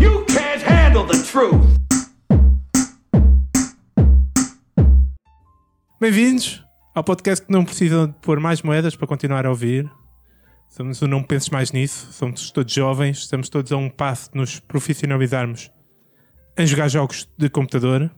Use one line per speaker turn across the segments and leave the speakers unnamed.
You can't handle the truth.
Bem-vindos ao podcast que não precisam de pôr mais moedas para continuar a ouvir. Somos o Não Penses Mais Nisso, somos todos jovens, estamos todos a um passo de nos profissionalizarmos em jogar jogos de computador,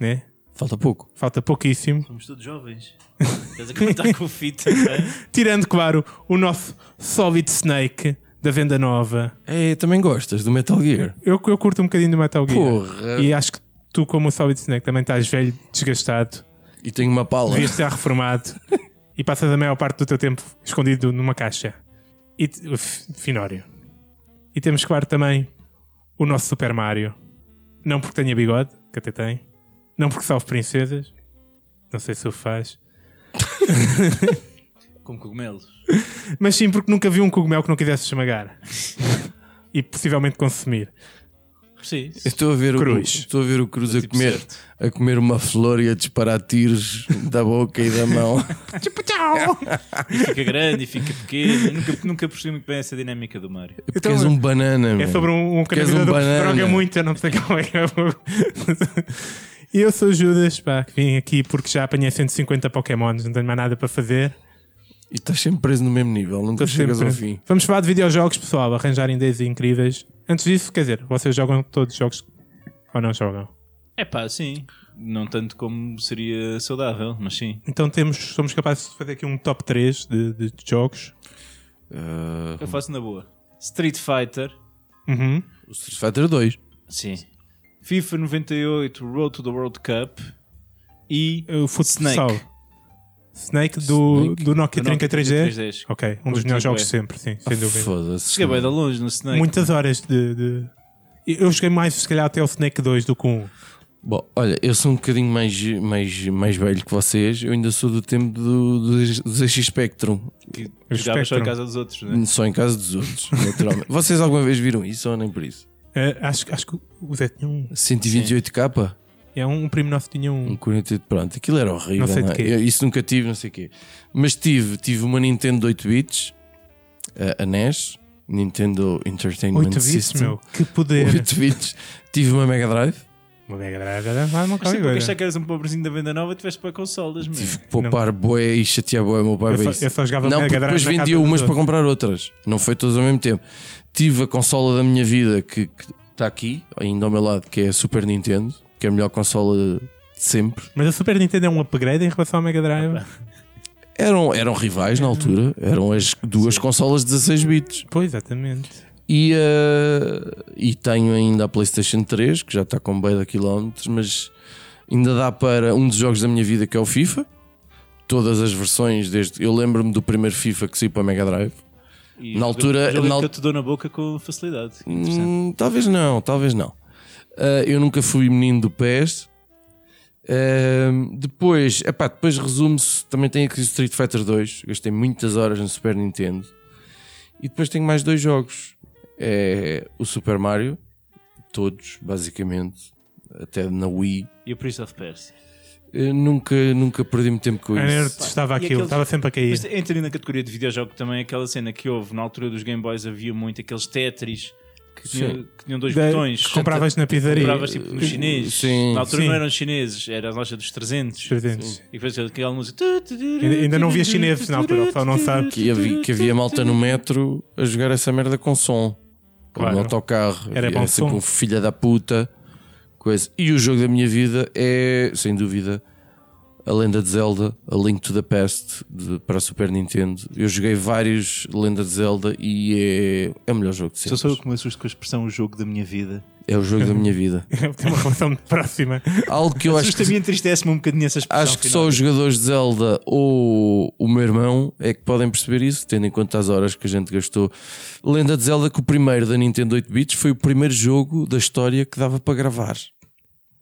né?
Falta pouco.
Falta pouquíssimo.
Somos todos jovens. Estás a contar com o fita, né?
Tirando, claro, o nosso Solid Snake da venda nova.
É, também gostas do Metal Gear.
Eu, eu curto um bocadinho do Metal Gear.
Porra.
E acho que tu, como o Solid Snake, também estás velho, desgastado,
E tenho uma pala.
devias estar reformado e passas a maior parte do teu tempo escondido numa caixa. E t- f- finório. E temos, claro, também o nosso Super Mario. Não porque tenha bigode, que até tem. Não porque salve princesas. Não sei se o faz.
Com cogumelos.
Mas sim porque nunca vi um cogumelo que não quisesse esmagar. e possivelmente consumir.
Sim.
Eu Estou a ver
Cruz.
o estou a ver o Cruz a
Tipo
comer,
certo.
a comer uma flor e a disparar tiros da boca e da mão. É
Tipo, tchau!
Fica grande e fica pequeno. Eu nunca, nunca percebi muito bem essa dinâmica do Mario.
Porque és um banana.
É sobre um, um
Queres um
candidato que se
banana?
droga muito, eu não sei qual é. E eu sou o Judas, pá, que vim aqui porque já apanhei 150 Pokémons, não tenho mais nada para fazer.
E estás sempre preso no mesmo nível, nunca
Estou
chegas
sempre-
ao fim.
Vamos falar de videojogos, pessoal, arranjarem ideias incríveis. Antes disso, quer dizer, vocês jogam todos os jogos ou não jogam?
É pá, sim. Não tanto como seria saudável, mas sim.
Então temos, somos capazes de fazer aqui um top 3 de, de jogos.
Ah,
Eu faço na boa. Street Fighter.
Uhum.
o Street Fighter 2.
Sim. FIFA 98 Road to the World Cup. E
O futsal.
Snake.
Snake. do,
Snake?
do Nokia
Do Nokia
3310.
3310.
Ok, um
Muito
dos melhores
tempo,
jogos
é.
de sempre, sim, sem dúvida.
Foda-se.
cheguei bem de longe no Snake.
Muitas horas de, de- Eu joguei mais, se calhar, até o Snake 2 do que um.
Bom, olha, eu sou um bocadinho mais, mais, mais velho que vocês. Eu ainda sou do tempo do, do, do ZX Spectrum.
Que
Eu
jogava só
Spectrum.
em casa dos outros, né?
Só em casa dos outros, naturalmente. vocês alguma vez viram isso ou nem por isso?
Eh, acho, acho que o Zé tinha um.
128k?
É um, um primo nosso tinha
Um
um.
48, pronto, aquilo era
Não
horrível.
sei de
é?
quê.
Eu isso nunca tive, não sei o quê. Mas tive, tive uma Nintendo 8 bits, a, a NES, Nintendo Entertainment
8 bits,
System.
meu. Que poder.
8 bits. tive uma Mega Drive,
Uma Mega Drive era mais uma
Mas sempre que
é
achar
coisa.
que eras um pobrezinho da venda nova, tiveste para consolas mesmo.
poupar boé e chatear boé o meu pai
Eu
para
só-
isso.
eu só jogava
não,
Mega
porque
Drive
depois
na casa
vendia
dos
umas para
outros.
comprar outras. Não foi todas ao mesmo tempo. Tive a consola da minha vida que que está aqui, ainda ao meu lado, que é a Super Nintendo, que é a melhor consola de sempre.
Mas a Super Nintendo é um upgrade em relação ao Mega
Ah,
Drive.
Eram, eram rivais na altura, eram as duas consolas 16 bits.
Pois, exatamente.
E, eh, e tenho ainda a PlayStation 3, que já está com bem da quilómetros, mas ainda dá para um dos jogos da minha vida que é o FIFA. Todas as versões, desde. Eu lembro-me do primeiro FIFA que saiu para Mega Drive.
E
Na
jogo-
altura-
jogo
na
que
al-
eu te dou na boca com facilidade. Interessante.
Hum, talvez não, talvez não. Ah, eu nunca fui menino do PES. Ahm, depois, epá, depois resume-se. Também tenho aqui o Street Fighter 2. Gastei muitas horas no Super Nintendo. E depois tenho mais dois jogos: é o Super Mario, todos, basicamente, até na Wii.
E o Prince of Persia.
Eu nunca, nunca perdi muito tempo com
A É nerd
isso.
testava
e
aquilo,
aqueles-
estava sempre a cair.
Mas entra na categoria de videojogo também aquela cena que houve na altura dos Game Boys havia muito aqueles Tetris que tinham,
Sim.
que tinham dois
Da-
botões.
que Compravas na pizzaria.
Compravas tipo no chinês.
Sim.
Na altura
Sim.
não eram chineses, era a loja dos 300.
300.
E depois aquela música.
Ainda, ainda não via chineses na altura, o pessoal não sabe.
Que havia, que havia malta no metro a jogar essa merda com som.
Claro.
Ou no autocarro.
Era
Havia
bom
sempre
som.
um filha da puta. Coisa. E o jogo da minha vida é, sem dúvida, a Lenda de Zelda, a Link to the Past de- para a Super Nintendo. Eu joguei vários Lenda de Zelda e é, é o melhor jogo de
Só
sempre.
sou eu que me assusto com a expressão o jogo da minha vida.
É o jogo da minha vida.
Tem uma relação muito próxima.
Algo que eu acho que
Assusta-me e entristece-me um bocadinho essa expressão.
Acho que só os jogadores de Zelda ou o meu irmão é que podem perceber isso, tendo em conta as horas que a gente gastou. Lenda de Zelda que o primeiro da Nintendo 8 bits foi o primeiro jogo da história que dava para gravar.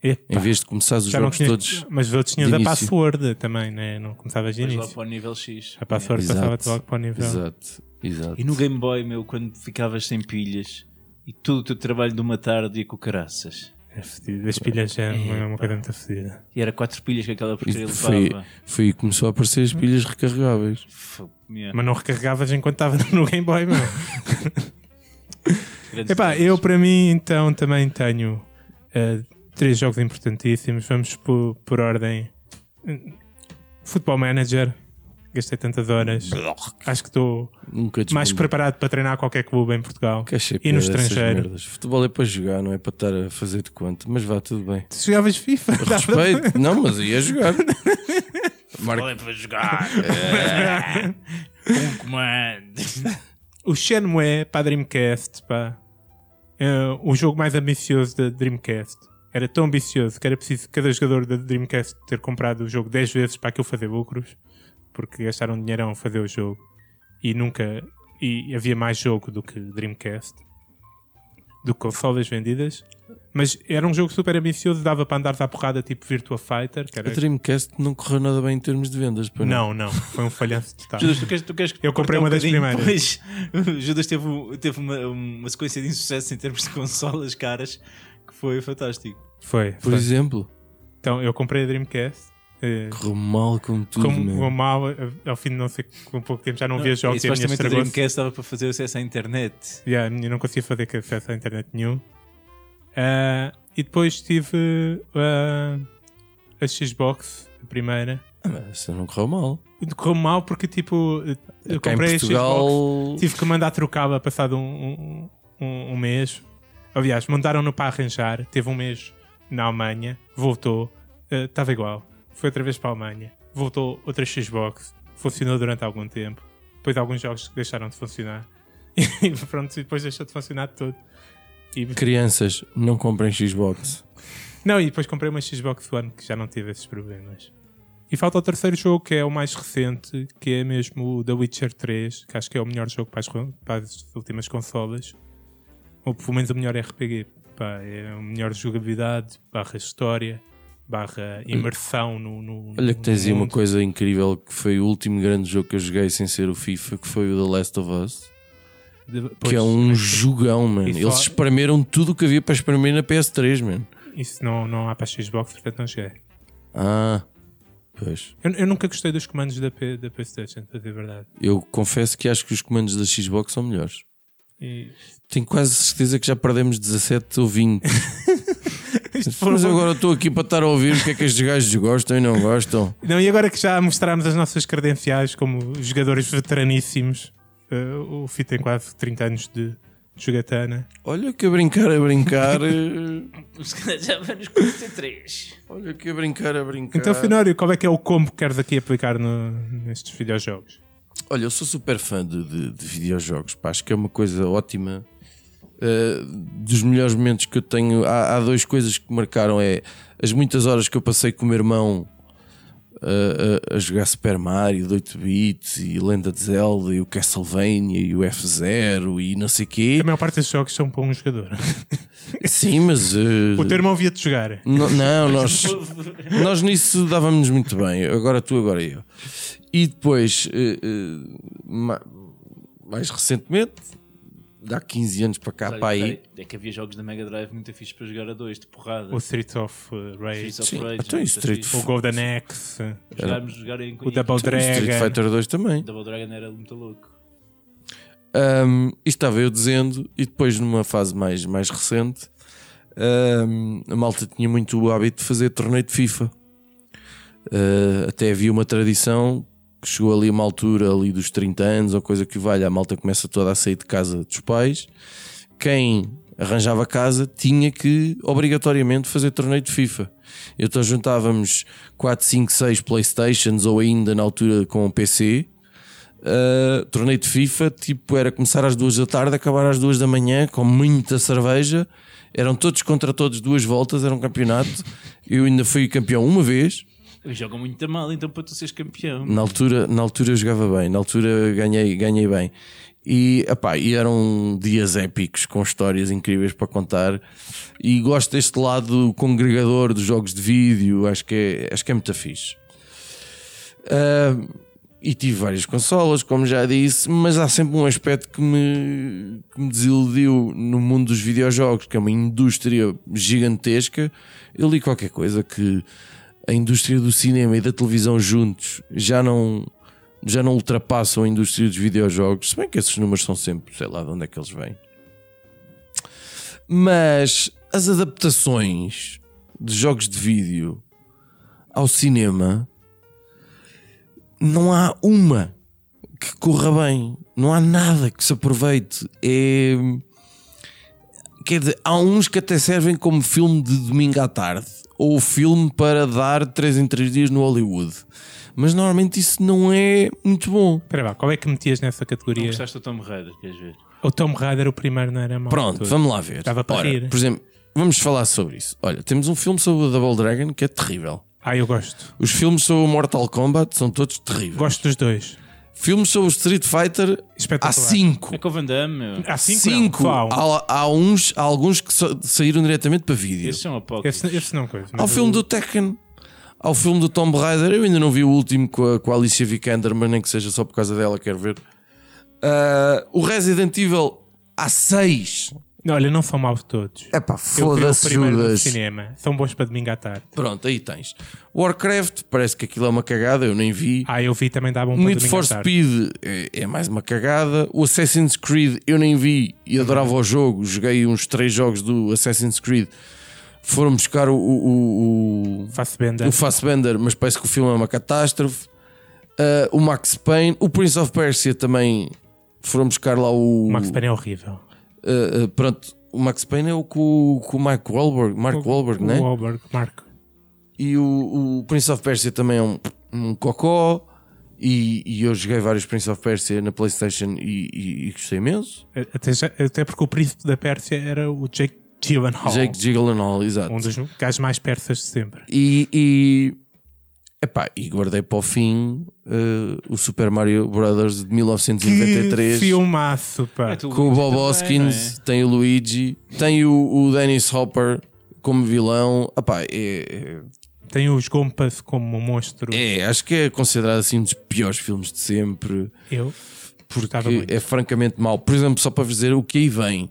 Em
Epá,
vez de começares os
já não
jogos
tinha,
todos.
mas os outros tinham
de
a
início.
password também, né? não começavas de
Depois
início.
lá para o nível X.
É A password
Exato.
passava-te logo para o nível.
Exato, exato.
E no Game Boy, meu, quando ficavas sem pilhas E todo o teu trabalho de uma tarde e com caraças.
É fedido. Das pilhas é uma, é uma coisa muito fedida.
E era quatro pilhas que aquela porcaria
E foi,
levava.
foi aí que começou a aparecer
Hum.
as pilhas recarregáveis.
F-
É.
minha
Mas não recarregavas enquanto estava no Game Boy, meu.
grande
Epá,
sorte.
eu para mim então também tenho eh, três jogos importantíssimos. Vamos por, por ordem. Hum, Football Manager. Gastei tantas horas. Acho que estou
Nunca
mais que
desbundei.
preparado para treinar qualquer clube em Portugal.
Que achei
e no
piada essas
estrangeiro.
merdas. Futebol é para jogar, não é para estar a fazer de conta. Mas vá, tudo bem.
Tu jogavas FIFA.
Respeito. não, mas ia jogar. Marco,
Olha para jogar. É. Com comando.
O Shenmue para Dreamcast, pá. É o jogo mais ambicioso da Dreamcast. Era tão ambicioso que era preciso cada jogador da Dreamcast ter comprado o jogo 10 vezes para aquilo fazer lucros, porque gastaram dinheirão a fazer o jogo e nunca. E havia mais jogo do que Dreamcast, do que consolas vendidas. Mas era um jogo super ambicioso, dava para andares à porrada tipo Virtua Fighter. Que
a
era...
Dreamcast não correu nada bem em termos de vendas. Para
Não, não, foi um falhanço total.
Judas, tu queres, tu queres um
Eu comprei uma das
primeiras. Judas teve, um- teve uma, uma sequência de insucesso em termos de consolas caras que foi fantástico.
Foi,
Por
foi.
exemplo,
Então eu comprei a Dreamcast. eh,
correu mal como tudo,
como
man.
o mal eh, ao fim de não sei com pouco tempo já não via jogos
e
e a minha
supostamente o
estragou-se.
Dreamcast estava para fazer acesso à internet.
Yeah, a minha não conseguia fazer que acesso à internet nenhum. Ah, e depois tive ah, a Xbox, a primeira.
Ah, mas Isso não correu mal.
Correu mal porque tipo eh, eu
Cá em
comprei a Xbox,
Portugal.
tive que mandar trocá-la passado um, um, um- um mês. Aliás, mandaram-no para arranjar, teve um mês na Alemanha, voltou, eh, estava igual, foi outra vez para a Alemanha, voltou outra Xbox, funcionou durante algum tempo, depois alguns jogos deixaram de funcionar e pronto, e depois deixou de funcionar tudo. tipo, E-
Crianças, não comprem Xbox.
não, e depois comprei uma Xbox One que já não tive esses problemas. E falta o terceiro jogo, que é o mais recente, que é mesmo o The Witcher 3, que acho que é o melhor jogo para as, con- para as últimas consolas. Ou pelo menos o melhor RPG. Pá, é o melhor jogabilidade, barra história, barra imersão no. no
Olha que tens aí
no
uma
mundo.
coisa incrível que foi o último grande jogo que eu joguei sem ser o FIFA, que foi o The Last of Us.
De-
que
pois,
é um jogão, mano.
isso
Eles
lá-
espremeram tudo o que havia para espremer na PS3, mano.
Isso não, não há para a Xbox, portanto não cheguei.
Ah, pois.
Eu, eu nunca gostei dos comandos da, P- da PlayStation, para dizer a verdade.
Eu confesso que acho que os comandos da Xbox são melhores.
E-
Tenho quase certeza que já perdemos 17 ou 20. Mas eu
um
agora estou aqui para estar a ouvir o que é que estes gajos gostam e não gostam.
Não, e agora que já mostramos as nossas credenciais como jogadores veteraníssimos, eh, o Fito tem quase 30 anos de, de jogatana.
Olha que a brincar, a brincar. eh,
Os caras já vão nos 43.
Olha que a brincar, a brincar.
Então, Finório, qual é que é o combo que queres aqui aplicar no- nestes videojogos?
Olha, eu sou super fã de, de, de videojogos, pá, acho que é uma coisa ótima. Uh, dos melhores momentos que eu tenho, há, há duas coisas que marcaram: é as muitas horas que eu passei com o meu irmão uh, a, a jogar Super Mario de 8 bits e Lenda de Zelda e o Castlevania e o F0 e não sei quê.
A maior parte desses jogos são para um jogador.
Sim, mas. uh,
O teu irmão via-te jogar.
N- não, nós, nós nisso dávamos muito bem. Agora tu, agora eu. E depois, eh, eh, ma- mais recentemente, dá 15 anos para cá, para Ah, aí.
É que havia jogos da Mega Drive muito fixos para jogar a dois, de porrada.
O Street of eh, Rage,
Streets of
Sim,
Rage, né?
então
muito
isso, Street
fixe.
o Golden Axe,
Jogarmos, jogar em,
o Double
Então, Street
Dragon.
Fighter 2 também.
Double Dragon era muito louco.
Um, isto estava eu dizendo, e depois, numa fase mais, mais recente, um, a malta tinha muito o hábito de fazer torneio de FIFA. Uh, até havia uma tradição que chegou ali a uma altura ali dos 30 anos ou coisa que valha, a malta começa toda a sair de casa dos pais. Quem arranjava casa tinha que obrigatoriamente fazer torneio de FIFA. Então juntávamos 4, 5, 6 Playstations ou ainda na altura com o PC. Uh, torneio de FIFA, tipo, era começar às duas da tarde, acabar às duas da manhã, com muita cerveja. Eram todos contra todos, duas voltas, era um campeonato. Eu ainda fui campeão uma vez.
Jogam muito mal, então para tu seres campeão.
Na altura, na altura eu jogava bem, na altura ganhei, ganhei bem. E, epá, e eram dias épicos com histórias incríveis para contar. E gosto deste lado congregador dos jogos de vídeo, acho que é, acho que é muito fixe. Ah, E tive várias consolas, como já disse, mas há sempre um aspecto que me, que me desiludiu no mundo dos videojogos, que é uma indústria gigantesca. Eu li qualquer coisa que a indústria do cinema e da televisão juntos já não, já não ultrapassam a indústria dos videojogos, se bem que esses números são sempre, sei lá de onde é que eles vêm. Mas as adaptações de jogos de vídeo ao cinema não há uma que corra bem, não há nada que se aproveite. É... Quer dizer, há uns que até servem como filme de domingo à tarde ou filme para dar 3 em 3 dias no Hollywood, mas normalmente isso não é muito bom.
Espera lá, qual é que metias nessa
Não
categoria?
gostaste do Tom Raider, queres ver?
O Tom Raider, o primeiro, não era mal.
Pronto,
todo.
vamos lá ver.
Estava para
Ora,
rir.
Por exemplo, vamos falar sobre isso. Olha, temos um filme sobre o Double Dragon que é terrível.
Ah, eu gosto.
Os filmes sobre o Mortal Kombat são todos terríveis.
Gosto dos dois.
Filmes sobre o Street Fighter
Espetacular.
há cinco.
É com o Van Damme,
Ah,
meu.
Há cinco?
Cinco.
Não, só há um.
Há, há uns, há alguns que sa- saíram diretamente para vídeo.
Esses são apócrifos.
Esse, esse não coisa.
Ao
mas
filme
o-
do Tekken. Ao filme do Tomb Raider. Eu ainda não vi o último com a, com a Alicia Vikander, mas nem que seja só por causa dela, quero ver. Ah, o Resident Evil há seis.
Não, olha, não são maus todos.
É pá,
Eu vi o
foda-se,
primeiro do
Judas.
cinema. São bons para domingo à tarde.
Pronto, aí tens. Warcraft, parece que aquilo é uma cagada, eu nem vi.
Ah, eu vi também dá bom para
Need
domingo
for
à tarde.
Speed é, é mais uma cagada. O Assassin's Creed eu nem vi e adorava o jogo. Joguei uns três jogos do Assassin's Creed. Foram buscar o, o, o,
Faço benda.
o Fassbender, mas parece que o filme é uma catástrofe. Ah, o Max Payne, o Prince of Persia também foram buscar lá o.
O Max Payne é horrível.
ah, ah, pronto, o Max Payne é o com, com o Mark Wahlberg, Mark Wahlberg,
o,
né?
O Wahlberg, Marco.
E o, o Prince of Persia também é um, um cocó. E, e eu joguei vários Prince of Persia na PlayStation e, e- e gostei imenso.
Até, já- até porque o príncipe da Pérsia era o Jake Gyllenhaal.
Jake Gyllenhaal, exato.
Um dos gajos mais persas de sempre.
E, e, epá, e guardei para o fim eh, o Super Mario Brothers de 1993.
Que filmaço, pá.
É, tu
Com o Bob
também,
é?
Hoskins, tem o Luigi, tem o, o Dennis Hopper como vilão. Epá, é,
Tem os Gompas como um monstro.
é- é, acho que é considerado assim um dos piores filmes de sempre.
Eu. Gostava
porque
muito.
é francamente mau. Por exemplo, só para vos dizer o que aí vem.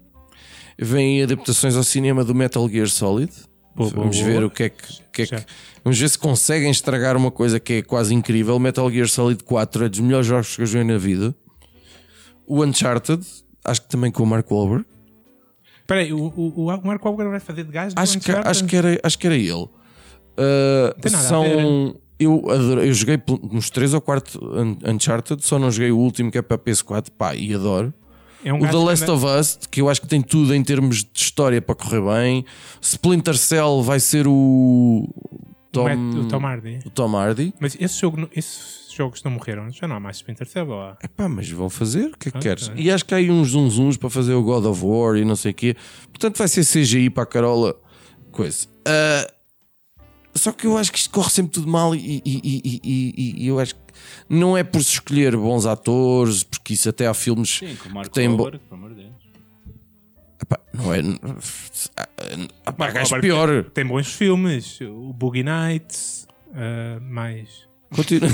Vêm adaptações ao cinema do Metal Gear Solid.
Boa, boa,
vamos
boa.
ver o que é que, que é que-
Já.
Vamos ver se conseguem estragar uma coisa que é quase incrível. Metal Gear Solid 4 é dos melhores jogos que eu joguei na vida. O Uncharted, acho que também com o Mark Wahlberg.
Espera aí, o, o, o Marco Wahlberg vai fazer de gajo? do
Acho que,
Uncharted?
acho que, era, acho que era ele. Uh,
Tem nada a
são.
ver.
Eu, adoro, eu joguei pelo- uns 3 ou 4 Uncharted, só não joguei o último que é para PS4, pá, e adoro.
É um
O The
gajo que
Last
anda-
of Us, que eu acho que tem tudo em termos de história para correr bem. Splinter Cell vai ser o Tom,
Matt- o Tom Hardy.
o Tom Hardy.
Mas esse jogo, não- esses jogos não morreram, já não há mais Splinter Cell ou há?
Epá, mas vão fazer, o que é que
Ah,
queres?
tá.
E acho que há aí uns zunzuns para fazer o God of War e não sei o quê. Portanto, vai ser CGI para a Carola. Coisa. Ah, só que eu acho que isto corre sempre tudo mal e, e- e- e- e- e eu acho que não é por se escolher bons atores, porque isso até há filmes
Sim, com o Mark
que têm. bo-
Wahlberg, pelo amor de Deus.
Epá, não ah, é. Há, há
Mark
gajos
Wahlberg
pior.
Tem bons filmes, o Boogie Nights, ah, mais.
Continua.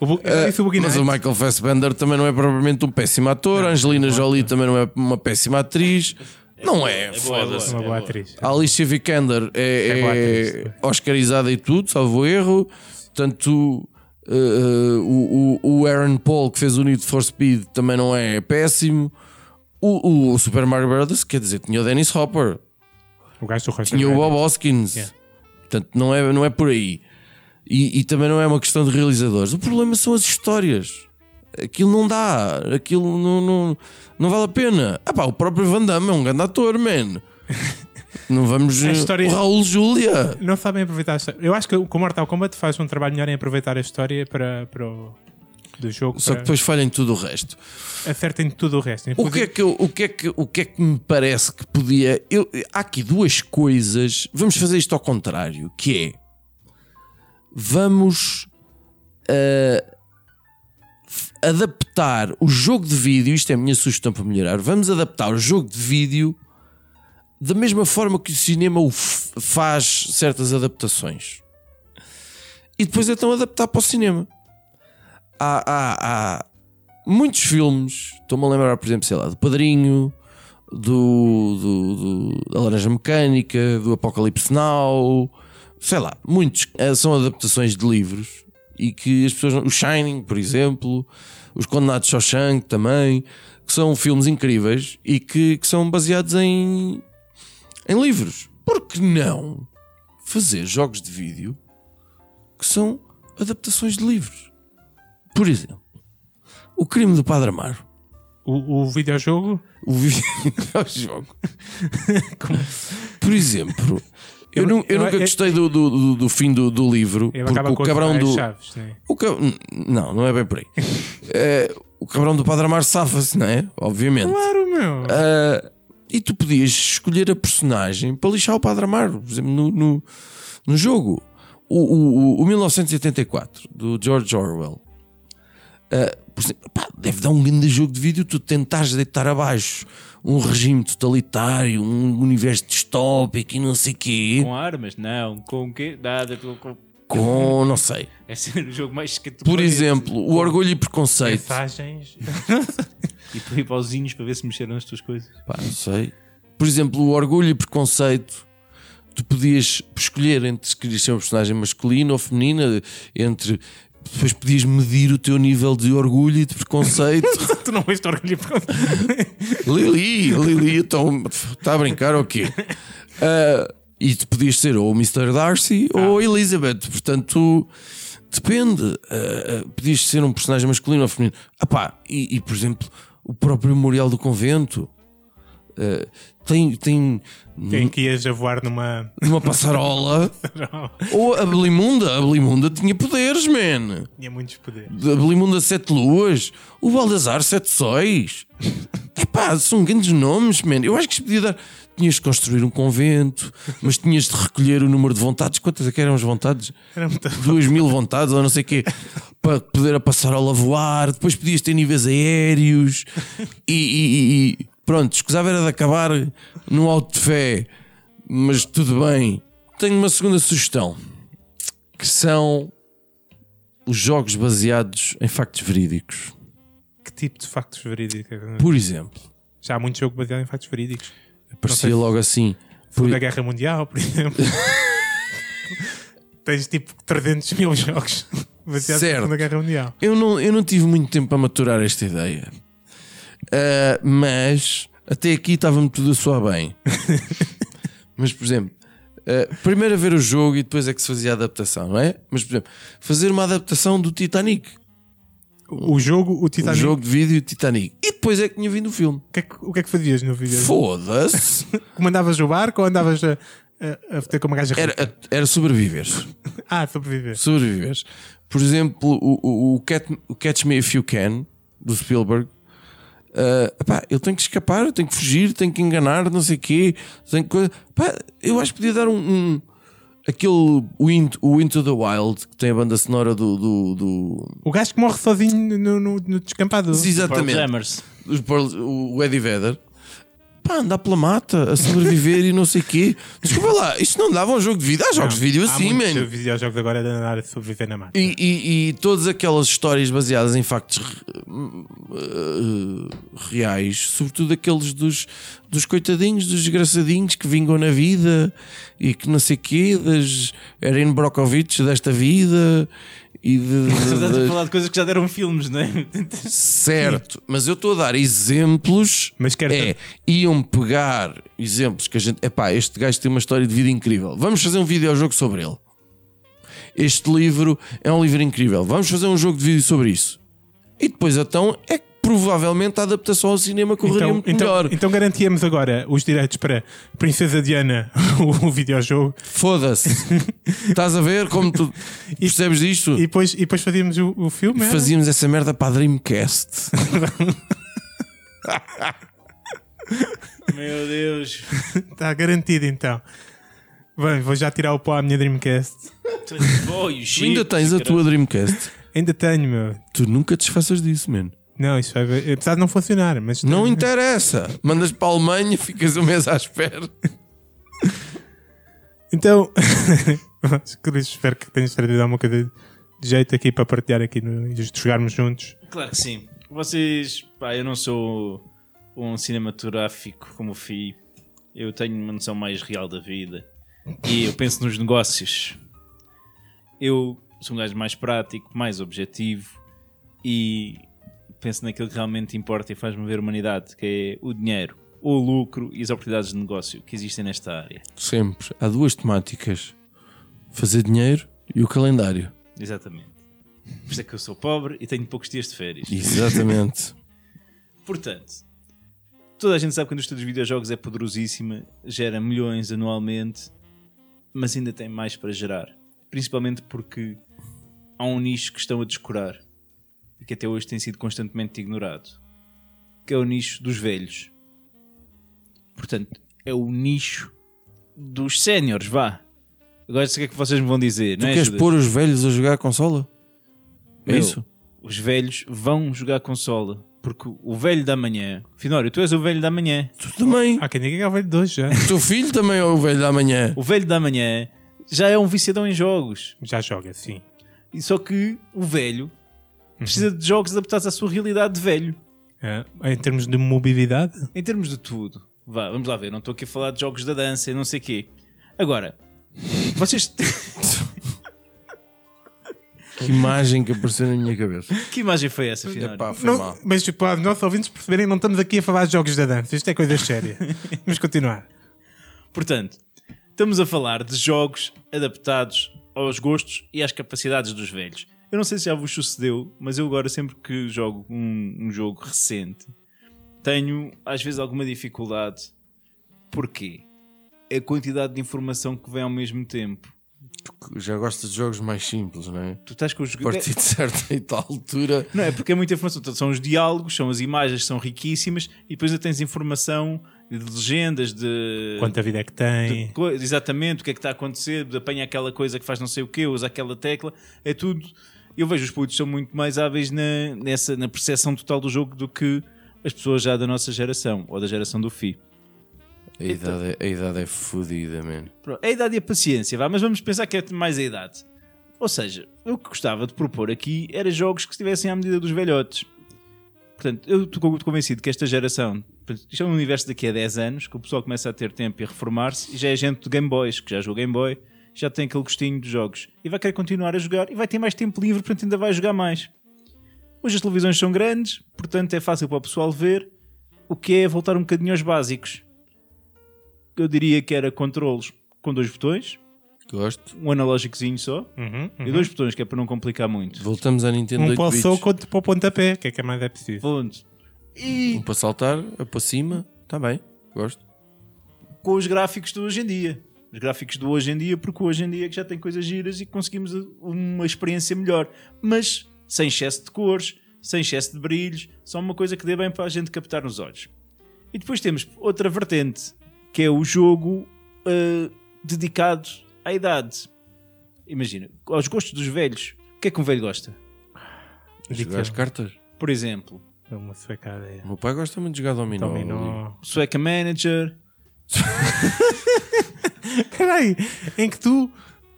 O Bu- eu disse o Boogie
Eh, Mas
Nights.
o Michael Fassbender também não é propriamente um péssimo ator. Angelina Jolie também não é uma péssima atriz. Não é,
É
foda-se.
uma
É
boa
boa.
atriz.
A Alicia Vikander
É boa
é,
atriz,
é oscarizada e tudo, salvo erro. Portanto, eh, eh, o, o- o Aaron Paul, que fez o Need for Speed, também não é péssimo. O, o Super Mario Brothers, quer dizer, tinha o Dennis Hopper,
O gajo do Roger
tinha o
Rabbit.
Bob Hoskins.
Yeah.
Portanto, não é, não é por aí. E, e também não é uma questão de realizadores. O problema são as histórias. Aquilo não dá. Aquilo não, não, não vale a pena. Ah pá, o próprio Van Damme é um grande ator, man. Não vamos.
A história-
O Raul Júlia.
Não sabem aproveitar a história. Eu acho que o Mortal Kombat faz um trabalho melhor em aproveitar a história para, para o, do jogo.
Só que
para-
depois falham tudo o resto.
acertem tudo o resto.
O que, é que eu- o, que é que, o que é que me parece que podia. Eu, há aqui duas coisas. Vamos fazer isto ao contrário: que é. Vamos. ah, f- adaptar o jogo de vídeo. Isto é a minha sugestão para melhorar. Vamos adaptar o jogo de vídeo da mesma forma que o cinema o f- faz certas adaptações. E depois então adaptar para o cinema. há, há, há muitos filmes. Estou-me a lembrar, por exemplo, sei lá, do Padrinho, do, do- do- da Laranja Mecânica, do Apocalipse Now, sei lá, muitos eh, são adaptações de livros e que as pessoas. não- O Shining, por exemplo, Os Condenados de Shawshank também, que são filmes incríveis e que, que são baseados em, em livros. Por que não fazer jogos de vídeo que são adaptações de livros? Por exemplo, O Crime do Padre Amaro.
O, o videojogo
O videojogo. Por exemplo, eu, nu- eu
eu-
nunca
eu-
gostei do, do- do- do fim do, do livro.
ele
porque
acaba
o
com
cabrão
as
do.
chaves, né?
O ca- Não, não é bem por aí. Eh, o cabrão do Padre Amaro safa-se, não é? Obviamente.
Claro, meu.
Ah, e tu podias escolher a personagem para lixar o Padre Amaro, por exemplo, no, no, no jogo. O, o- o- o 1984, do George Orwell. Ah, por exemplo, pá, deve dar um grande jogo de vídeo tu tentares deitar abaixo um regime totalitário, um universo distópico e não sei quê.
Com armas? Não. Com o quê? Nada. Com... com-
Com, não sei.
É ser o jogo mais que tu
Por
conheces.
exemplo, o Orgulho e Preconceito.
Mensagens.
E pedir pauzinhos para ver se mexeram as tuas coisas.
Pá, não sei. Por exemplo, o orgulho e preconceito. Tu podias escolher entre se querias ser uma personagem masculina ou feminina, entre. Depois podias medir o teu nível de orgulho e de preconceito.
tu não viste orgulho por conta.
Uhum. Lili, Lili, então está a brincar ou quê? Ah, e tu podias ser ou o Mr. Darcy ou a Elizabeth, portanto depende. Ah, ah, podias ser um personagem masculino ou feminino. Ah, pá, e, e, por exemplo, o próprio Memorial do Convento ah, tem, tem
Tem é que ias a voar numa.
uma passarola ou a Belimunda. A Belimunda tinha poderes, man.
Tinha muitos poderes.
A Belimunda Sete Luas, o Baldazar Sete Sóis. Epá, são grandes nomes, man. Eu acho que se podia dar. Tinhas de construir um convento, mas tinhas de recolher o número de vontades. Quantas é que eram as vontades?
Era muito.
Duas mil vontades, ou não sei o quê, para poder a passar ao lavoar. Depois podias ter níveis aéreos. E, e- e- e pronto, escusava era de acabar num alto de fé, mas tudo bem. Tenho uma segunda sugestão que são os jogos baseados em factos verídicos.
Que tipo de factos verídicos?
Por exemplo,
Já há muito jogo baseado em factos verídicos.
parecia logo assim. por-
Segunda Guerra Mundial, por exemplo. Tens tipo 300 mil jogos baseados na
Certo.
Segunda Guerra Mundial.
Eu não, eu não tive muito tempo para maturar esta ideia. Ah, mas até aqui estava-me tudo a soar bem. mas, por exemplo, ah, primeiro a ver o jogo e depois é que se fazia a adaptação, não é? Mas, por exemplo, fazer uma adaptação do Titanic.
O jogo, o
O
Titanic.
jogo de vídeo Titanic. E depois é que tinha vindo o filme.
O, que é que, o que é que fazias no vídeo?
Foda-se!
Comandavas o barco ou andavas a, a, a ter com uma gaja
Era,
rica?
era sobreviver.
Ah, sobreviver.
sobreviveres. Por exemplo, o, o, o Cat- o Catch Me If You Can, do Spielberg. Ah, pá, eu tenho que escapar, eu tenho que fugir, tenho que enganar, não sei o quê. Tenho que coisa- pá, eu acho que podia dar um. um- aquele. O Into, o Into the Wild, que tem a banda sonora do. do, do-
O gajo que morre sozinho no, no- no descampado.
exatamente.
Pearl Jammers.
Os Pearl- o Eddie Vedder. Pá, andar pela mata, a sobreviver e não sei o quê. Desculpa lá, isso não dava um jogo de vida. Há jogos de vídeo
Há
assim,
muitos
mano.
videojogos agora de andar a sobreviver na mata.
E, e- e todas aquelas histórias baseadas em factos hum, hum, reais, sobretudo aqueles dos, dos coitadinhos, dos desgraçadinhos que vingam na vida e que não sei quê, das Erin Brockovich desta vida e de, de-
Estás a
de-
falar de coisas que já deram filmes, não é?
certo, mas eu estou a dar exemplos.
Mas quero-
é, iam pegar exemplos que a gente, epá, este gajo tem uma história de vida incrível. Vamos fazer um videojogo sobre ele. Este livro é um livro incrível. Vamos fazer um jogo de vídeo sobre isso. E depois então é que provavelmente a adaptação ao cinema correria
Então,
muito
então,
melhor.
então garantíamos agora os direitos para Princesa Diana, o videojogo,
Foda-se. Estás a ver como tu percebes disto?
e depois, e depois fazíamos o, o filme. era?
Fazíamos essa merda para a Dreamcast.
Meu Deus.
Está garantido então. Bem, vou já tirar o pó à minha Dreamcast.
Tu ainda tens a tua Dreamcast.
Ainda tenho, meu.
Tu nunca te desfaças disso, mano.
Não, isso vai. Apesar de não funcionar, mas.
Não interessa. Mandas para a Alemanha, ficas um mês à espera.
Então. Cruz, espero que tenhas trazido alguma coisa de jeito aqui para partilhar aqui no, e jogarmos juntos.
Claro que sim. Vocês, pá, eu não sou um cinematográfico como o Fi. Eu tenho uma noção mais real da vida. E eu penso nos negócios. Eu sou um gajo mais prático, mais objetivo e penso naquilo que realmente importa e faz-me ver a humanidade, que é o dinheiro, o lucro e as oportunidades de negócio que existem nesta área.
Sempre. Há duas temáticas: fazer dinheiro e o calendário.
Exatamente. Por isso é que eu sou pobre e tenho poucos dias de férias.
Exatamente.
Portanto, toda a gente sabe que a indústria dos videojogos é poderosíssima, gera milhões anualmente, mas ainda tem mais para gerar. Principalmente porque há um nicho que estão a descurar e que até hoje tem sido constantemente ignorado, que é o nicho dos velhos. Portanto, é o nicho dos séniores, vá. Agora sei o que é que vocês me vão dizer,
tu
não é?
queres
Judas?
pôr os velhos a jogar a consola? É
Meu,
isso?
Os velhos vão jogar consola. Porque o velho da manhã, Finório, tu és o velho da manhã.
Tu também.
Há quem diga que é o velho de hoje já.
O teu filho também é o velho da manhã.
O velho da manhã já é um viciadão em jogos.
Já joga, sim.
E Só que o velho precisa de jogos adaptados à sua realidade de velho.
Ah, em termos de mobilidade,
Em termos de tudo. Vá, vamos lá ver. Não estou aqui a falar de jogos da dança e não sei o quê. Agora, vocês...
Que imagem que apareceu na minha cabeça.
que imagem foi essa, Finório?
Epá, É foi
não,
mal.
mas tipo, para os nossos ouvintes perceberem, não estamos aqui a falar de jogos da dança. Isto é coisa séria. Vamos continuar.
Portanto, estamos a falar de jogos adaptados aos gostos e às capacidades dos velhos. Eu não sei se já vos sucedeu, mas eu agora sempre que jogo um, um jogo recente, tenho às vezes alguma dificuldade. Porquê? A quantidade de informação que vem ao mesmo tempo.
Já gosto de jogos mais simples, não é?
Tu estás com os
A partir de certa e tal altura.
Não, é porque é muita informação. Então, São os diálogos, são as imagens, são riquíssimas e depois ainda tens informação de legendas, de...
Quanta vida é que
de
tem?
coi- exatamente o que é que está a acontecer, de apanha aquela coisa que faz não sei o quê, usa aquela tecla, é tudo. Eu vejo os putos são muito mais hábeis na, nessa, na percepção total do jogo do que as pessoas já da nossa geração ou da geração do FI.
A idade, é- a idade é fodida, man.
Pronto, A idade e a paciência, vá, mas vamos pensar que é mais a idade. Ou seja, eu que gostava de propor aqui era jogos que estivessem à medida dos velhotes. Portanto, eu estou muito convencido que esta geração, portanto, isto é um universo daqui a 10 anos, que o pessoal começa a ter tempo e a reformar-se, e já é gente de Game Boys, que já jogou Game Boy, já tem aquele gostinho dos jogos, e vai querer continuar a jogar, e vai ter mais tempo livre, portanto ainda vai jogar mais. Hoje as televisões são grandes, portanto é fácil para o pessoal ver, o que é voltar um bocadinho aos básicos. Eu diria que era controles com dois botões,
Gosto.
um analógicozinho só
Uhum, uhum.
e dois botões, que é para não complicar muito.
Voltamos à Nintendo
Um
8
para o
bits.
soco, outro para o pontapé. O que é que mais é preciso?
Pronto. E
Um para saltar, outro para cima. Está bem. Gosto.
com os gráficos do hoje em dia. Os gráficos do hoje em dia, porque hoje em dia é que já tem coisas giras e conseguimos uma experiência melhor. Mas sem excesso de cores, sem excesso de brilhos, só uma coisa que dê bem para a gente captar nos olhos. E depois temos outra vertente, que é o jogo ah, dedicado à idade. Imagina, aos gostos dos velhos. O que é que um velho gosta?
Jogar as cartas.
Por exemplo,
Dá Uma suecada. é.
O meu pai gosta muito de jogar dominó.
Também
ali.
não.
Sueca Manager,
Caralho, em que tu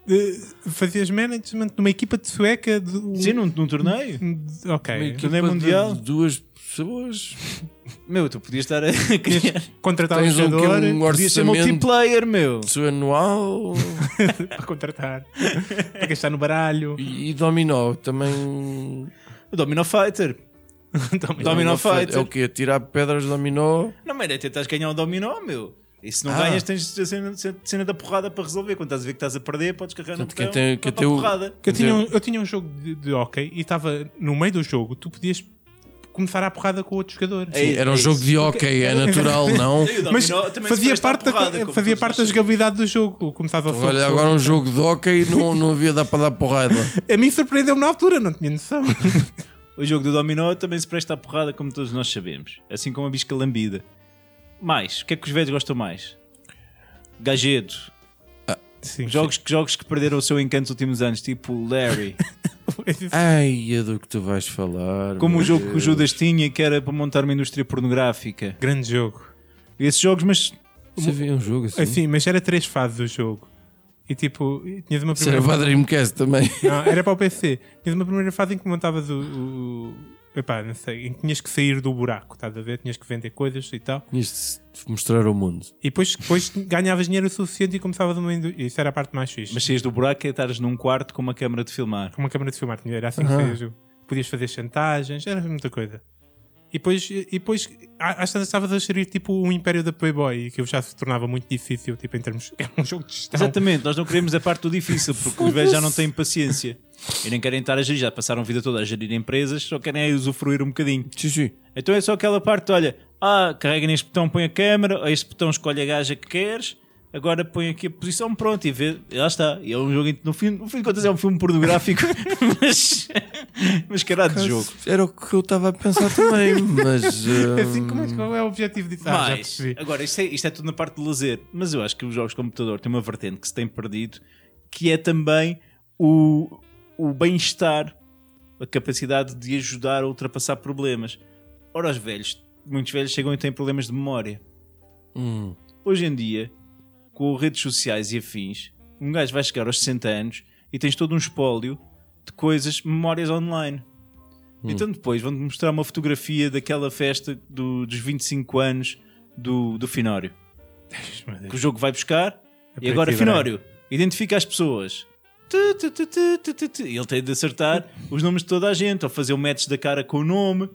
eh, fazias management numa equipa de sueca do.
Sim, num, num torneio?
de-
Uma
Ok.
equipa
torneio É, mundial.
de duas pessoas.
Meu, tu podias estar a criar.
Contratar um
Tens um,
jogador.
um
Podias ser
orçamento
multiplayer, meu.
anual
para contratar. para gastar no baralho.
e, e dominó também.
O Domino Fighter. Dominó Fighter.
É o quê? Tirar pedras de dominó.
Não, mas é tentas ganhar um Dominó, meu. E se não
Ah.
ganhas, tens a cena, cena da porrada para resolver. Quando estás a ver que estás a perder, podes carregar no
Portanto, quem
botão.
tem-
vai
quem
para
tem
a
o-
porrada.
Que eu, tinha um, eu tinha um jogo de, de hockey e estava no meio do jogo, tu podias começar a porrada com outro jogador.
É isso,
Era um
é
jogo
isso.
de hockey, é natural, não?
E o
Mas
dominó também se
fazia
presta à
parte,
porrada,
da,
como
fazia
todos
parte da
nós sabemos.
jogabilidade do jogo. Começava a
Olha, agora um jogo de hockey não, não havia dá para dar porrada.
A mim surpreendeu-me na altura, não tinha noção.
O jogo do Dominó também se presta à porrada, como todos nós sabemos. Assim como a bisca lambida. Mais, o que é que os velhos gostam mais? Gagedo.
Sim,
Jogos, jogos que perderam o seu encanto nos últimos anos, tipo Larry.
Ai, é do que tu vais falar.
Como
meu
o jogo que o
Deus.
Judas tinha, que era para montar uma indústria pornográfica.
Grande jogo.
Esses jogos, mas É
Você vê um jogo assim.
Assim, mas era três fases o jogo. E tipo, e tinhas uma
Isso era
primeira
para a Dreamcast também.
Não, era para o PC. Tinhas uma primeira fase em que montavas o. o... Epá, não sei, em que tinhas que sair do buraco, estás a ver? Tinhas que vender coisas e tal.
Isto de mostrar ao mundo.
E depois, depois ganhavas dinheiro o suficiente e começavas uma indústria. Isso era a parte mais fixe.
Mas saís do buraco e estares num quarto com uma câmara de filmar.
com uma câmara de filmar, tinha- era assim que saías do- Podias fazer chantagens, era muita coisa. E depois, e depois à- às tantas estavas a gerir tipo um império da Playboy, e que já se tornava muito difícil, tipo em termos. É um jogo de gestão.
Exatamente, nós não queremos a parte do difícil, porque os velhos já não têm paciência. E nem querem estar a gerir, já passaram a vida toda a gerir empresas, só querem é usufruir um bocadinho.
Xixi.
Então é só aquela parte, olha, ah, carrega neste botão, põe a câmera, a este botão escolhe a gaja que queres, agora põe aqui a posição, pronto, e vê, e lá está. E é um jogo, em- no fim, no fim de contas é um filme pornográfico, mas, mas caralho de jogo.
Era o que eu estava a pensar também, mas. eh,
Assim, como é, que- qual é o objetivo disso? Ah, já
Mas,
percebi.
agora, isto é, isto é tudo na parte de lazer, mas eu acho que os jogos de computador têm uma vertente que se tem perdido, que é também o, o bem-estar, a capacidade de ajudar a ultrapassar problemas. Ora, os velhos, muitos velhos chegam e têm problemas de memória.
hum,
Hoje em dia, com redes sociais e afins, um gajo vai chegar aos 60 anos e tens todo um espólio de coisas, memórias online. Então depois vão-te mostrar uma fotografia daquela festa do- dos 25 anos do, do Finório.
Meu Deus.
Que o jogo vai buscar e
preto
agora
e branco.
Finório, identifica as pessoas. Tu, tu, tu, tu, tu, tu, tu. E Ele tem de acertar os nomes de toda a gente, ou fazer o match da cara com o nome,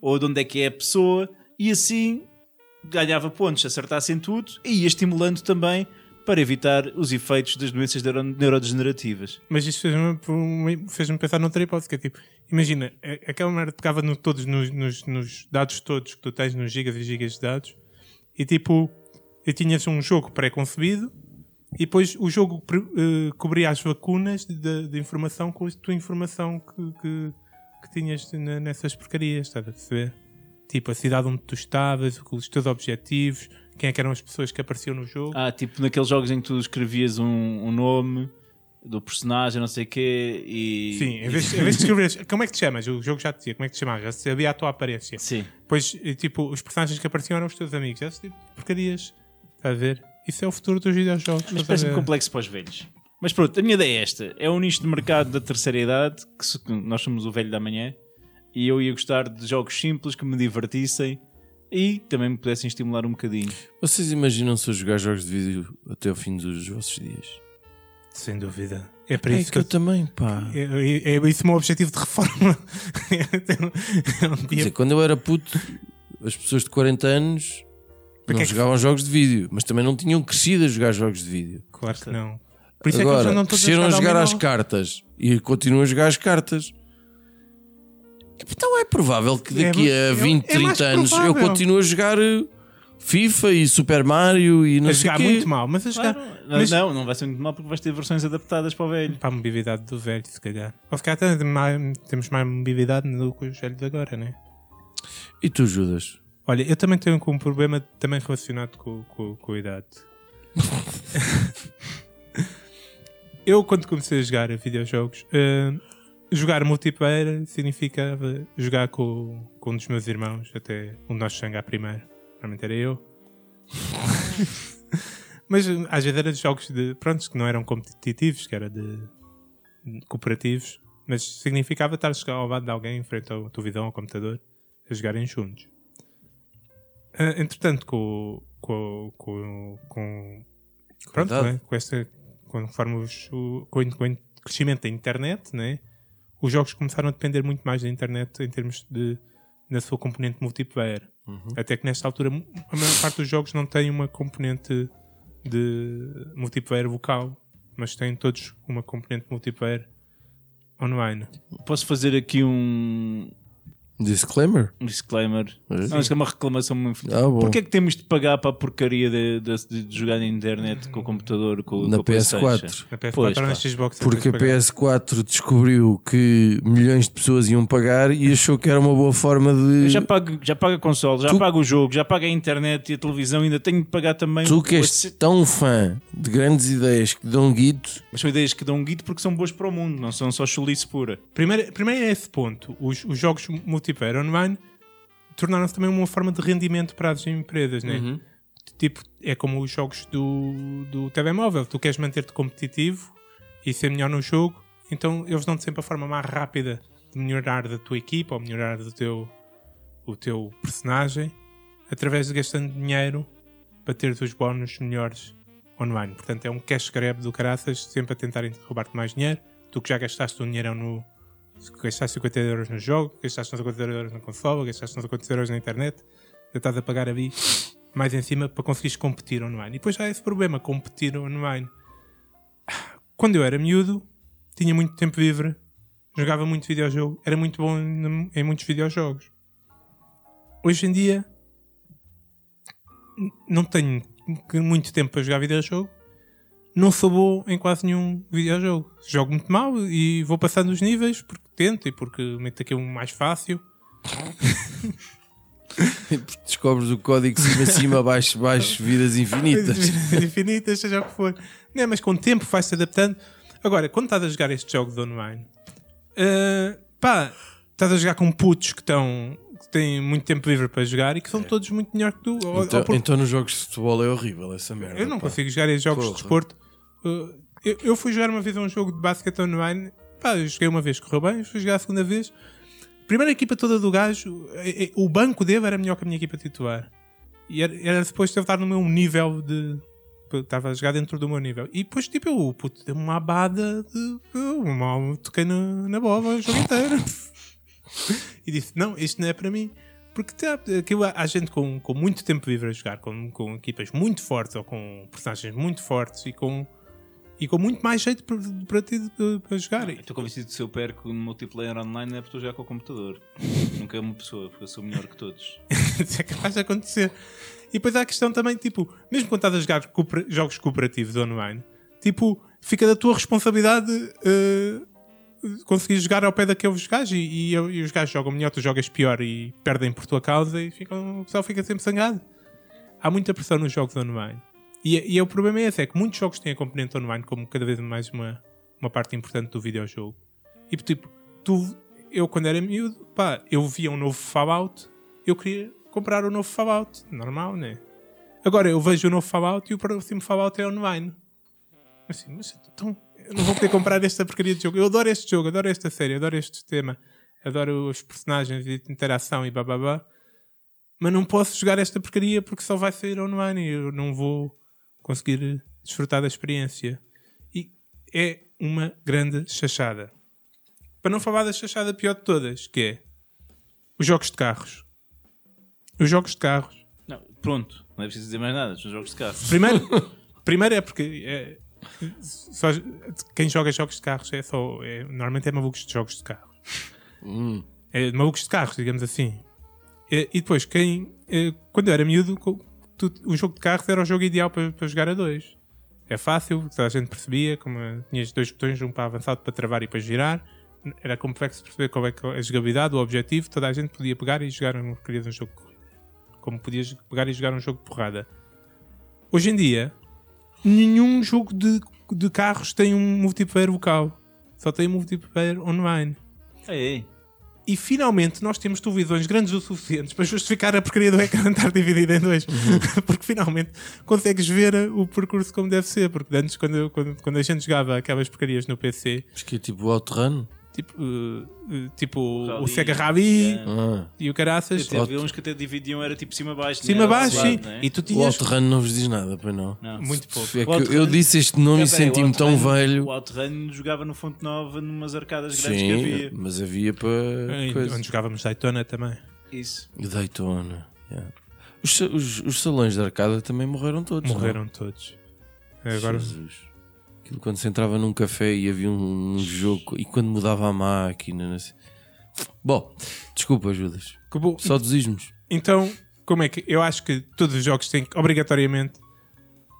ou de onde é que é a pessoa, e assim ganhava pontos, se acertasse em tudo e ia estimulando também para evitar os efeitos das doenças neuro- neurodegenerativas.
Mas isto fez-me fez pensar noutra hipótese, que é tipo, imagina, a- aquela merda pegava no, todos, nos, nos- nos dados todos que tu tens, nos gigas e gigas de dados, e tipo, e tinhas um jogo pré-concebido, e depois o jogo pre- eh, cobria as vacunas de, de- de informação com a tua informação que, que, que tinhas na- nessas porcarias, estás a perceber? Tipo, a cidade onde tu estavas, os teus objetivos, quem é que eram as pessoas que apareciam no jogo.
Ah, tipo naqueles jogos em que tu escrevias um, um nome do personagem, não sei o quê, e...
Sim, em vez, em vez de escreveres como é que te chamas, o jogo já te dizia como é que te chamavas, já sabia a tua aparência.
Sim.
Pois, e, tipo, os personagens que apareciam eram os teus amigos, essas tipo de porcarias. Está a ver? Isso é o futuro dos videojogos.
Mas
estás a
parece-me
ver?
complexo para os velhos. Mas pronto, a minha ideia é esta. É um nicho de mercado da terceira idade, que se- que nós somos o velho da manhã, e eu ia gostar de jogos simples que me divertissem e também me pudessem estimular um bocadinho.
vocês imaginam-se a jogar jogos de vídeo até o fim dos vossos dias?
Sem dúvida. É para
É
isso
que,
que,
eu também, pá.
eu. É, é- é isso o meu objetivo de reforma. é um
Quer dizer,
dia.
quando eu era puto, as pessoas de 40 anos
que
não
é que-
jogavam jogos de vídeo, mas também não tinham crescido a jogar jogos de vídeo.
Claro que não. Por isso é que eles
Agora,
andam todos
cresceram a jogar
dominó.
às cartas e continuam a jogar às cartas. Então é provável que daqui
É,
a
é
20,
mais
30 anos eu
provável.
continuo a jogar eh, FIFA e Super Mario e não
A
sei
jogar
quê.
muito mal, mas a jogar.
Não,
mas-
não, não vai ser muito mal porque vais ter versões adaptadas para o velho.
Para a mobilidade do velho, se calhar. Ou se calhar até mais- temos mais mobilidade do que os velhos agora, né?
E tu, Judas?
Olha, eu também tenho com um problema também relacionado com, com, com a idade. eu, quando comecei a jogar a videojogos, eh, jogar multiplayer significava jogar com, com um dos meus irmãos, até um de nós sangar primeiro. Realmente era eu. Mas eh, às vezes eram jogos de, pronto, que não eram competitivos, que era de, de cooperativos. Mas significava estar ao lado de alguém em frente ao televisão, ao computador, a jogarem juntos. Ah, entretanto, com, com, com, com, pronto,
idade.
né? com esta, conforme os- o, com, o- com o crescimento da internet, né? os jogos começaram a depender muito mais da internet em termos de na sua componente multiplayer. Até que nesta altura mu- a maior parte dos jogos não tem uma componente de multiplayer vocal, mas têm todos uma componente multiplayer online.
Posso fazer aqui um,
Disclaimer?
um disclaimer?
Sim.
Não, acho que é uma reclamação muito.
Ah, bom.
Porquê é que temos de pagar para a porcaria de, de- de jogar na internet com o computador, com,
Na
com a PlayStation?
PS4.
Na PS4
Pois,
ou na
pá.
Xbox. é
Porque a
tens de pagar.
PS4 descobriu que milhões de pessoas iam pagar e achou que era uma boa forma
Eu
de.
já pago, já pago a console, já
Tu-
pago o jogo, já pago a internet e a televisão, ainda tenho de pagar também.
Tu que és
Oitocentos-
tão fã de grandes ideias que dão guito,
Mas são ideias que dão um guito porque são boas para o mundo, não são só chulice pura.
Primeiro, primeiro é esse ponto. Os, os jogos multiplayer online tornaram-se também uma forma de rendimento para as empresas, né? tipo, é como os jogos do, do TV móvel. Tu queres manter-te competitivo e ser melhor no jogo, então eles dão-te sempre a forma mais rápida de melhorar da tua equipa ou melhorar do teu, o teu personagem através de gastando dinheiro para ter os bónus melhores online. Portanto, é um cash grab do caraças, sempre a tentarem roubar-te mais dinheiro. Tu que já gastaste um dinheirão no. Gastaste 50 euros no jogo, gastaste 50 euros na consola, gastaste 50 euros na internet, já estás a pagar ali mais em cima para conseguires competir online. E depois há esse problema, competir online. Quando eu era miúdo, tinha muito tempo livre, jogava muito videojogo, era muito bom em em muitos videojogos. Hoje em dia, n- não tenho que- muito tempo para jogar videojogo, não sou bom em quase nenhum videojogo. Jogo muito mal e vou passando os níveis porque tento e porque meto aqui um mais fácil.
Descobres o código cima, cima, baixo, baixo, vidas infinitas.
infinitas, seja o que for. Não é, mas com o tempo vais-te adaptando. Agora, quando estás a jogar estes jogos de online, ah, pá, estás a jogar com putos que estão que têm muito tempo livre para jogar e que são todos muito melhor que tu. Ou-
Então,
ou por-
então nos jogos de futebol é horrível essa merda.
eu não
pá.
consigo jogar esses jogos de
Porra.
desporto. Ah, eu, eu fui jogar uma vez um jogo de basquete online, pá, eu joguei uma vez, correu bem, fui jogar a segunda vez. Primeira equipa toda do gajo, eh, eh, o banco dele era melhor que a minha equipa titular. E era, era depois de eu estar no meu nível de. eu Estava a jogar dentro do meu nível. E depois, tipo, eu, puto, deu uma abada de. eu um mal toquei na, na bola o jogo inteiro. e disse: Não, isto não é para mim. Porque tá, aquilo, há há gente com, com muito tempo livre a jogar, com, com equipas muito fortes ou com personagens muito fortes e com, e com muito mais jeito para, para, ti de- para jogar.
Estou convencido que se eu perco no multiplayer online é porque estou já com o computador. Nunca é uma pessoa, porque eu sou melhor que todos.
Isso é capaz de acontecer. E depois há a questão também, tipo, mesmo quando estás a jogar coopera- jogos cooperativos online, tipo, fica da tua responsabilidade eh, conseguir jogar ao pé daqueles gajos e, e- e os gajos jogam melhor, tu jogas pior e perdem por tua causa e ficam, o pessoal fica sempre sangado. Há muita pressão nos jogos online. E, e o problema é esse, é que muitos jogos têm a componente online como cada vez mais uma, uma parte importante do videojogo. E tipo, tu, eu quando era miúdo, pá, eu via um novo Fallout, eu queria comprar o novo Fallout. Normal, né? Agora eu vejo o novo Fallout e o próximo Fallout é online. Assim, mas então, eu não vou poder comprar esta porcaria de jogo. Eu adoro este jogo, adoro esta série, adoro este tema, adoro os personagens e interação e bababá. Mas não posso jogar esta porcaria porque só vai sair online e eu não vou conseguir desfrutar da experiência. E é uma grande chachada. Para não falar da chachada pior de todas, que é os jogos de carros. Os jogos de carros.
Não, pronto, não é preciso dizer mais nada, são jogos de carro.
Primeiro, primeiro é porque é, só- quem joga jogos de carros é só. é- normalmente é malucos de jogos de carros. É malucos de carros, digamos assim. É, e depois, quem. é, quando eu era miúdo, co- tu- o jogo de carros era o jogo ideal para, para jogar a dois. É fácil, toda a gente percebia, como eh, tinhas dois botões, um para avançar, outro para travar e para girar. Era complexo perceber qual é que- a jogabilidade, o objetivo, toda a gente podia pegar e jogar um, queria um jogo de corrida. Como podias pegar e jogar um jogo de porrada. Hoje em dia, nenhum jogo de, de carros tem um multiplayer vocal. Só tem um multiplayer online.
Ei, ei.
E finalmente nós temos televisões grandes o suficientes para justificar a porcaria do ecrã estar dividido em dois.
Uhum.
porque finalmente consegues ver eh, o percurso como deve ser. Porque antes, quando, eu- quando, quando a gente jogava aquelas porcarias no PC,
Mas que é tipo o Outrun?
tipo, eh, eh, tipo o
Rally,
Sega Rally
yeah.
Ah.
e o caraças,
Até havia uns que até dividiam, era tipo cima-baixo. é?
cima-baixo, sim.
né?
E tu
O
tinhas.
Outrun não vos diz nada, pois não?
Muito pouco.
É que
O Outrun-
eu disse este nome e senti-me tão velho.
O Outrun jogava no Fonte Nova, numas arcadas grandes que
Sim,
havia.
mas havia
eh,
para coisa.
Onde jogávamos Daytona também.
Isso.
Daytona. yeah. Os, sa- os- os salões de arcada também morreram todos. não? é?
Morreram todos. Agora,
Jesus. Aquilo quando se entrava num café e havia um, um jogo e quando mudava a máquina. não sei. Bom, desculpa, Judas.
que bom.
Saudosismos.
Então, como é que. Eu acho que todos os jogos têm que, obrigatoriamente,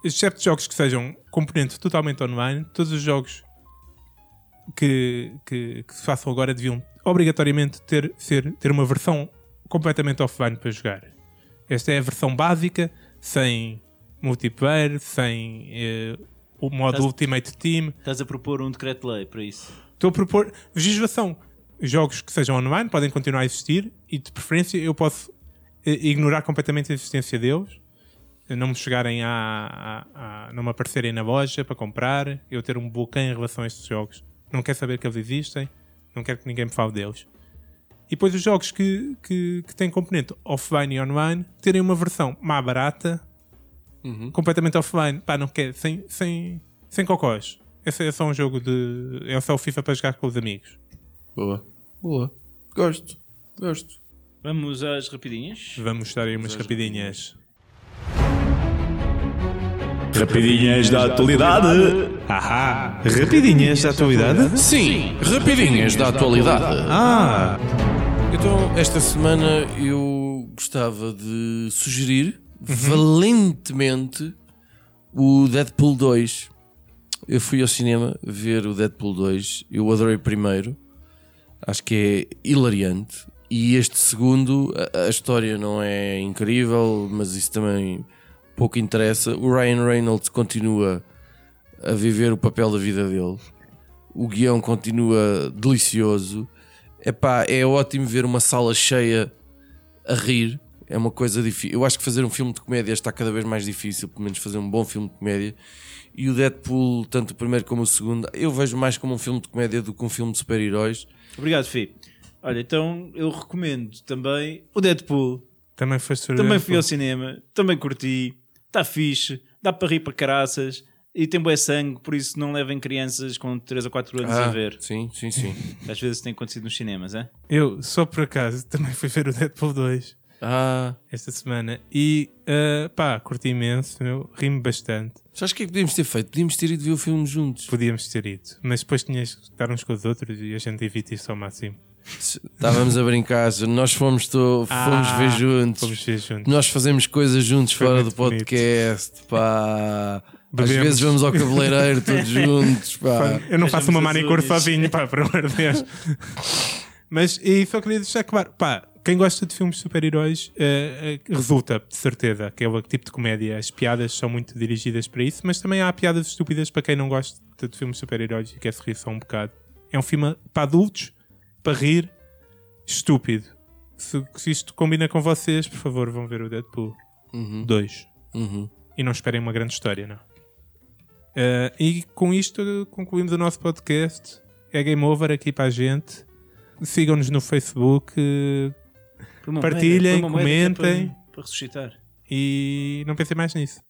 excepto jogos que sejam componente totalmente online, todos os jogos que, que, que se façam agora deviam obrigatoriamente ter, ser, ter uma versão completamente offline para jogar. Esta é a versão básica, sem multiplayer, sem eh, o modo
Estás-
Ultimate Team.
Estás a propor um decreto-lei para isso.
Estou a propor legislação. Jogos que sejam online podem continuar a existir e, de preferência, eu posso eh, ignorar completamente a existência deles. não me chegarem a, a- a- não me aparecerem na loja para comprar, eu ter um bloqueio em relação a estes jogos. Não quero saber que eles existem, não quero que ninguém me fale deles. E depois os jogos que, que, que têm componente offline e online terem uma versão má barata, completamente offline. Pá, não quero, sem, sem, sem cocós. Esse é só um jogo de. É só o FIFA para jogar com os amigos.
Boa. Boa. Gosto. Gosto.
Vamos às rapidinhas.
Vamos dar aí umas rapidinhas.
Rapidinhas da atualidade. Ahá. Rapidinhas da atualidade.
Sim, rapidinhas da atualidade.
Ah.
Então, esta semana eu gostava de sugerir valentemente o Deadpool 2. Eu fui ao cinema ver o Deadpool 2, eu adorei o primeiro, acho que é hilariante. E este segundo, a, a história não é incrível, mas isso também pouco interessa. O Ryan Reynolds continua a viver o papel da vida dele, o guião continua delicioso. Epá, é ótimo ver uma sala cheia a rir. É uma coisa difícil. Eu acho que fazer um filme de comédia está cada vez mais difícil, pelo menos fazer um bom filme de comédia. E o Deadpool, tanto o primeiro como o segundo, eu vejo mais como um filme de comédia do que um filme de super-heróis.
Obrigado, Fi. Olha, então eu recomendo também o Deadpool.
Também foi
Também fui ao cinema, também curti, está fixe, dá para rir para caraças e tem bué sangue, por isso não levem crianças com 3 ou 4 anos
Ah.
a ver.
Ah, Sim, sim, sim.
Às vezes tem acontecido nos cinemas, é?
Eu, só por acaso, também fui ver o Deadpool 2
ah,
esta semana e ah, pá, curti imenso, meu, ri-me bastante.
sabes o que é que podíamos ter feito? Podíamos ter ido ver o filme juntos.
Podíamos ter ido, mas depois tinhas que estar uns com os outros e a gente evita isso ao máximo.
Estávamos a brincar, nós fomos, to- fomos
Ah,
ver juntos.
Vamos ver juntos.
Nós fazemos coisas juntos fora do
muito bonito.
podcast, pá. Às
Bebemos.
vezes vamos ao cabeleireiro todos juntos, pá.
Eu não faço uma
Vejamos
manicure
as unhas.
sozinho, pá, por amor de Deus. Mas, e só queria deixar claro, pá, quem gosta de filmes de super-heróis eh, eh, resulta, de certeza, aquele tipo de comédia. As piadas são muito dirigidas para isso, mas também há piadas estúpidas para quem não gosta de filmes de super-heróis e quer se rir só um bocado. É um filme para adultos, para rir, estúpido. Se, se isto combina com vocês, por favor, vão ver o Deadpool 2. E não esperem uma grande história, não. Eh, e com isto concluímos o nosso podcast. É game over aqui para a gente. Sigam-nos no Facebook eh,
Por uma
Partilhem,
por uma moeda que é
comentem.
Para, para ressuscitar.
e não pensem mais nisso.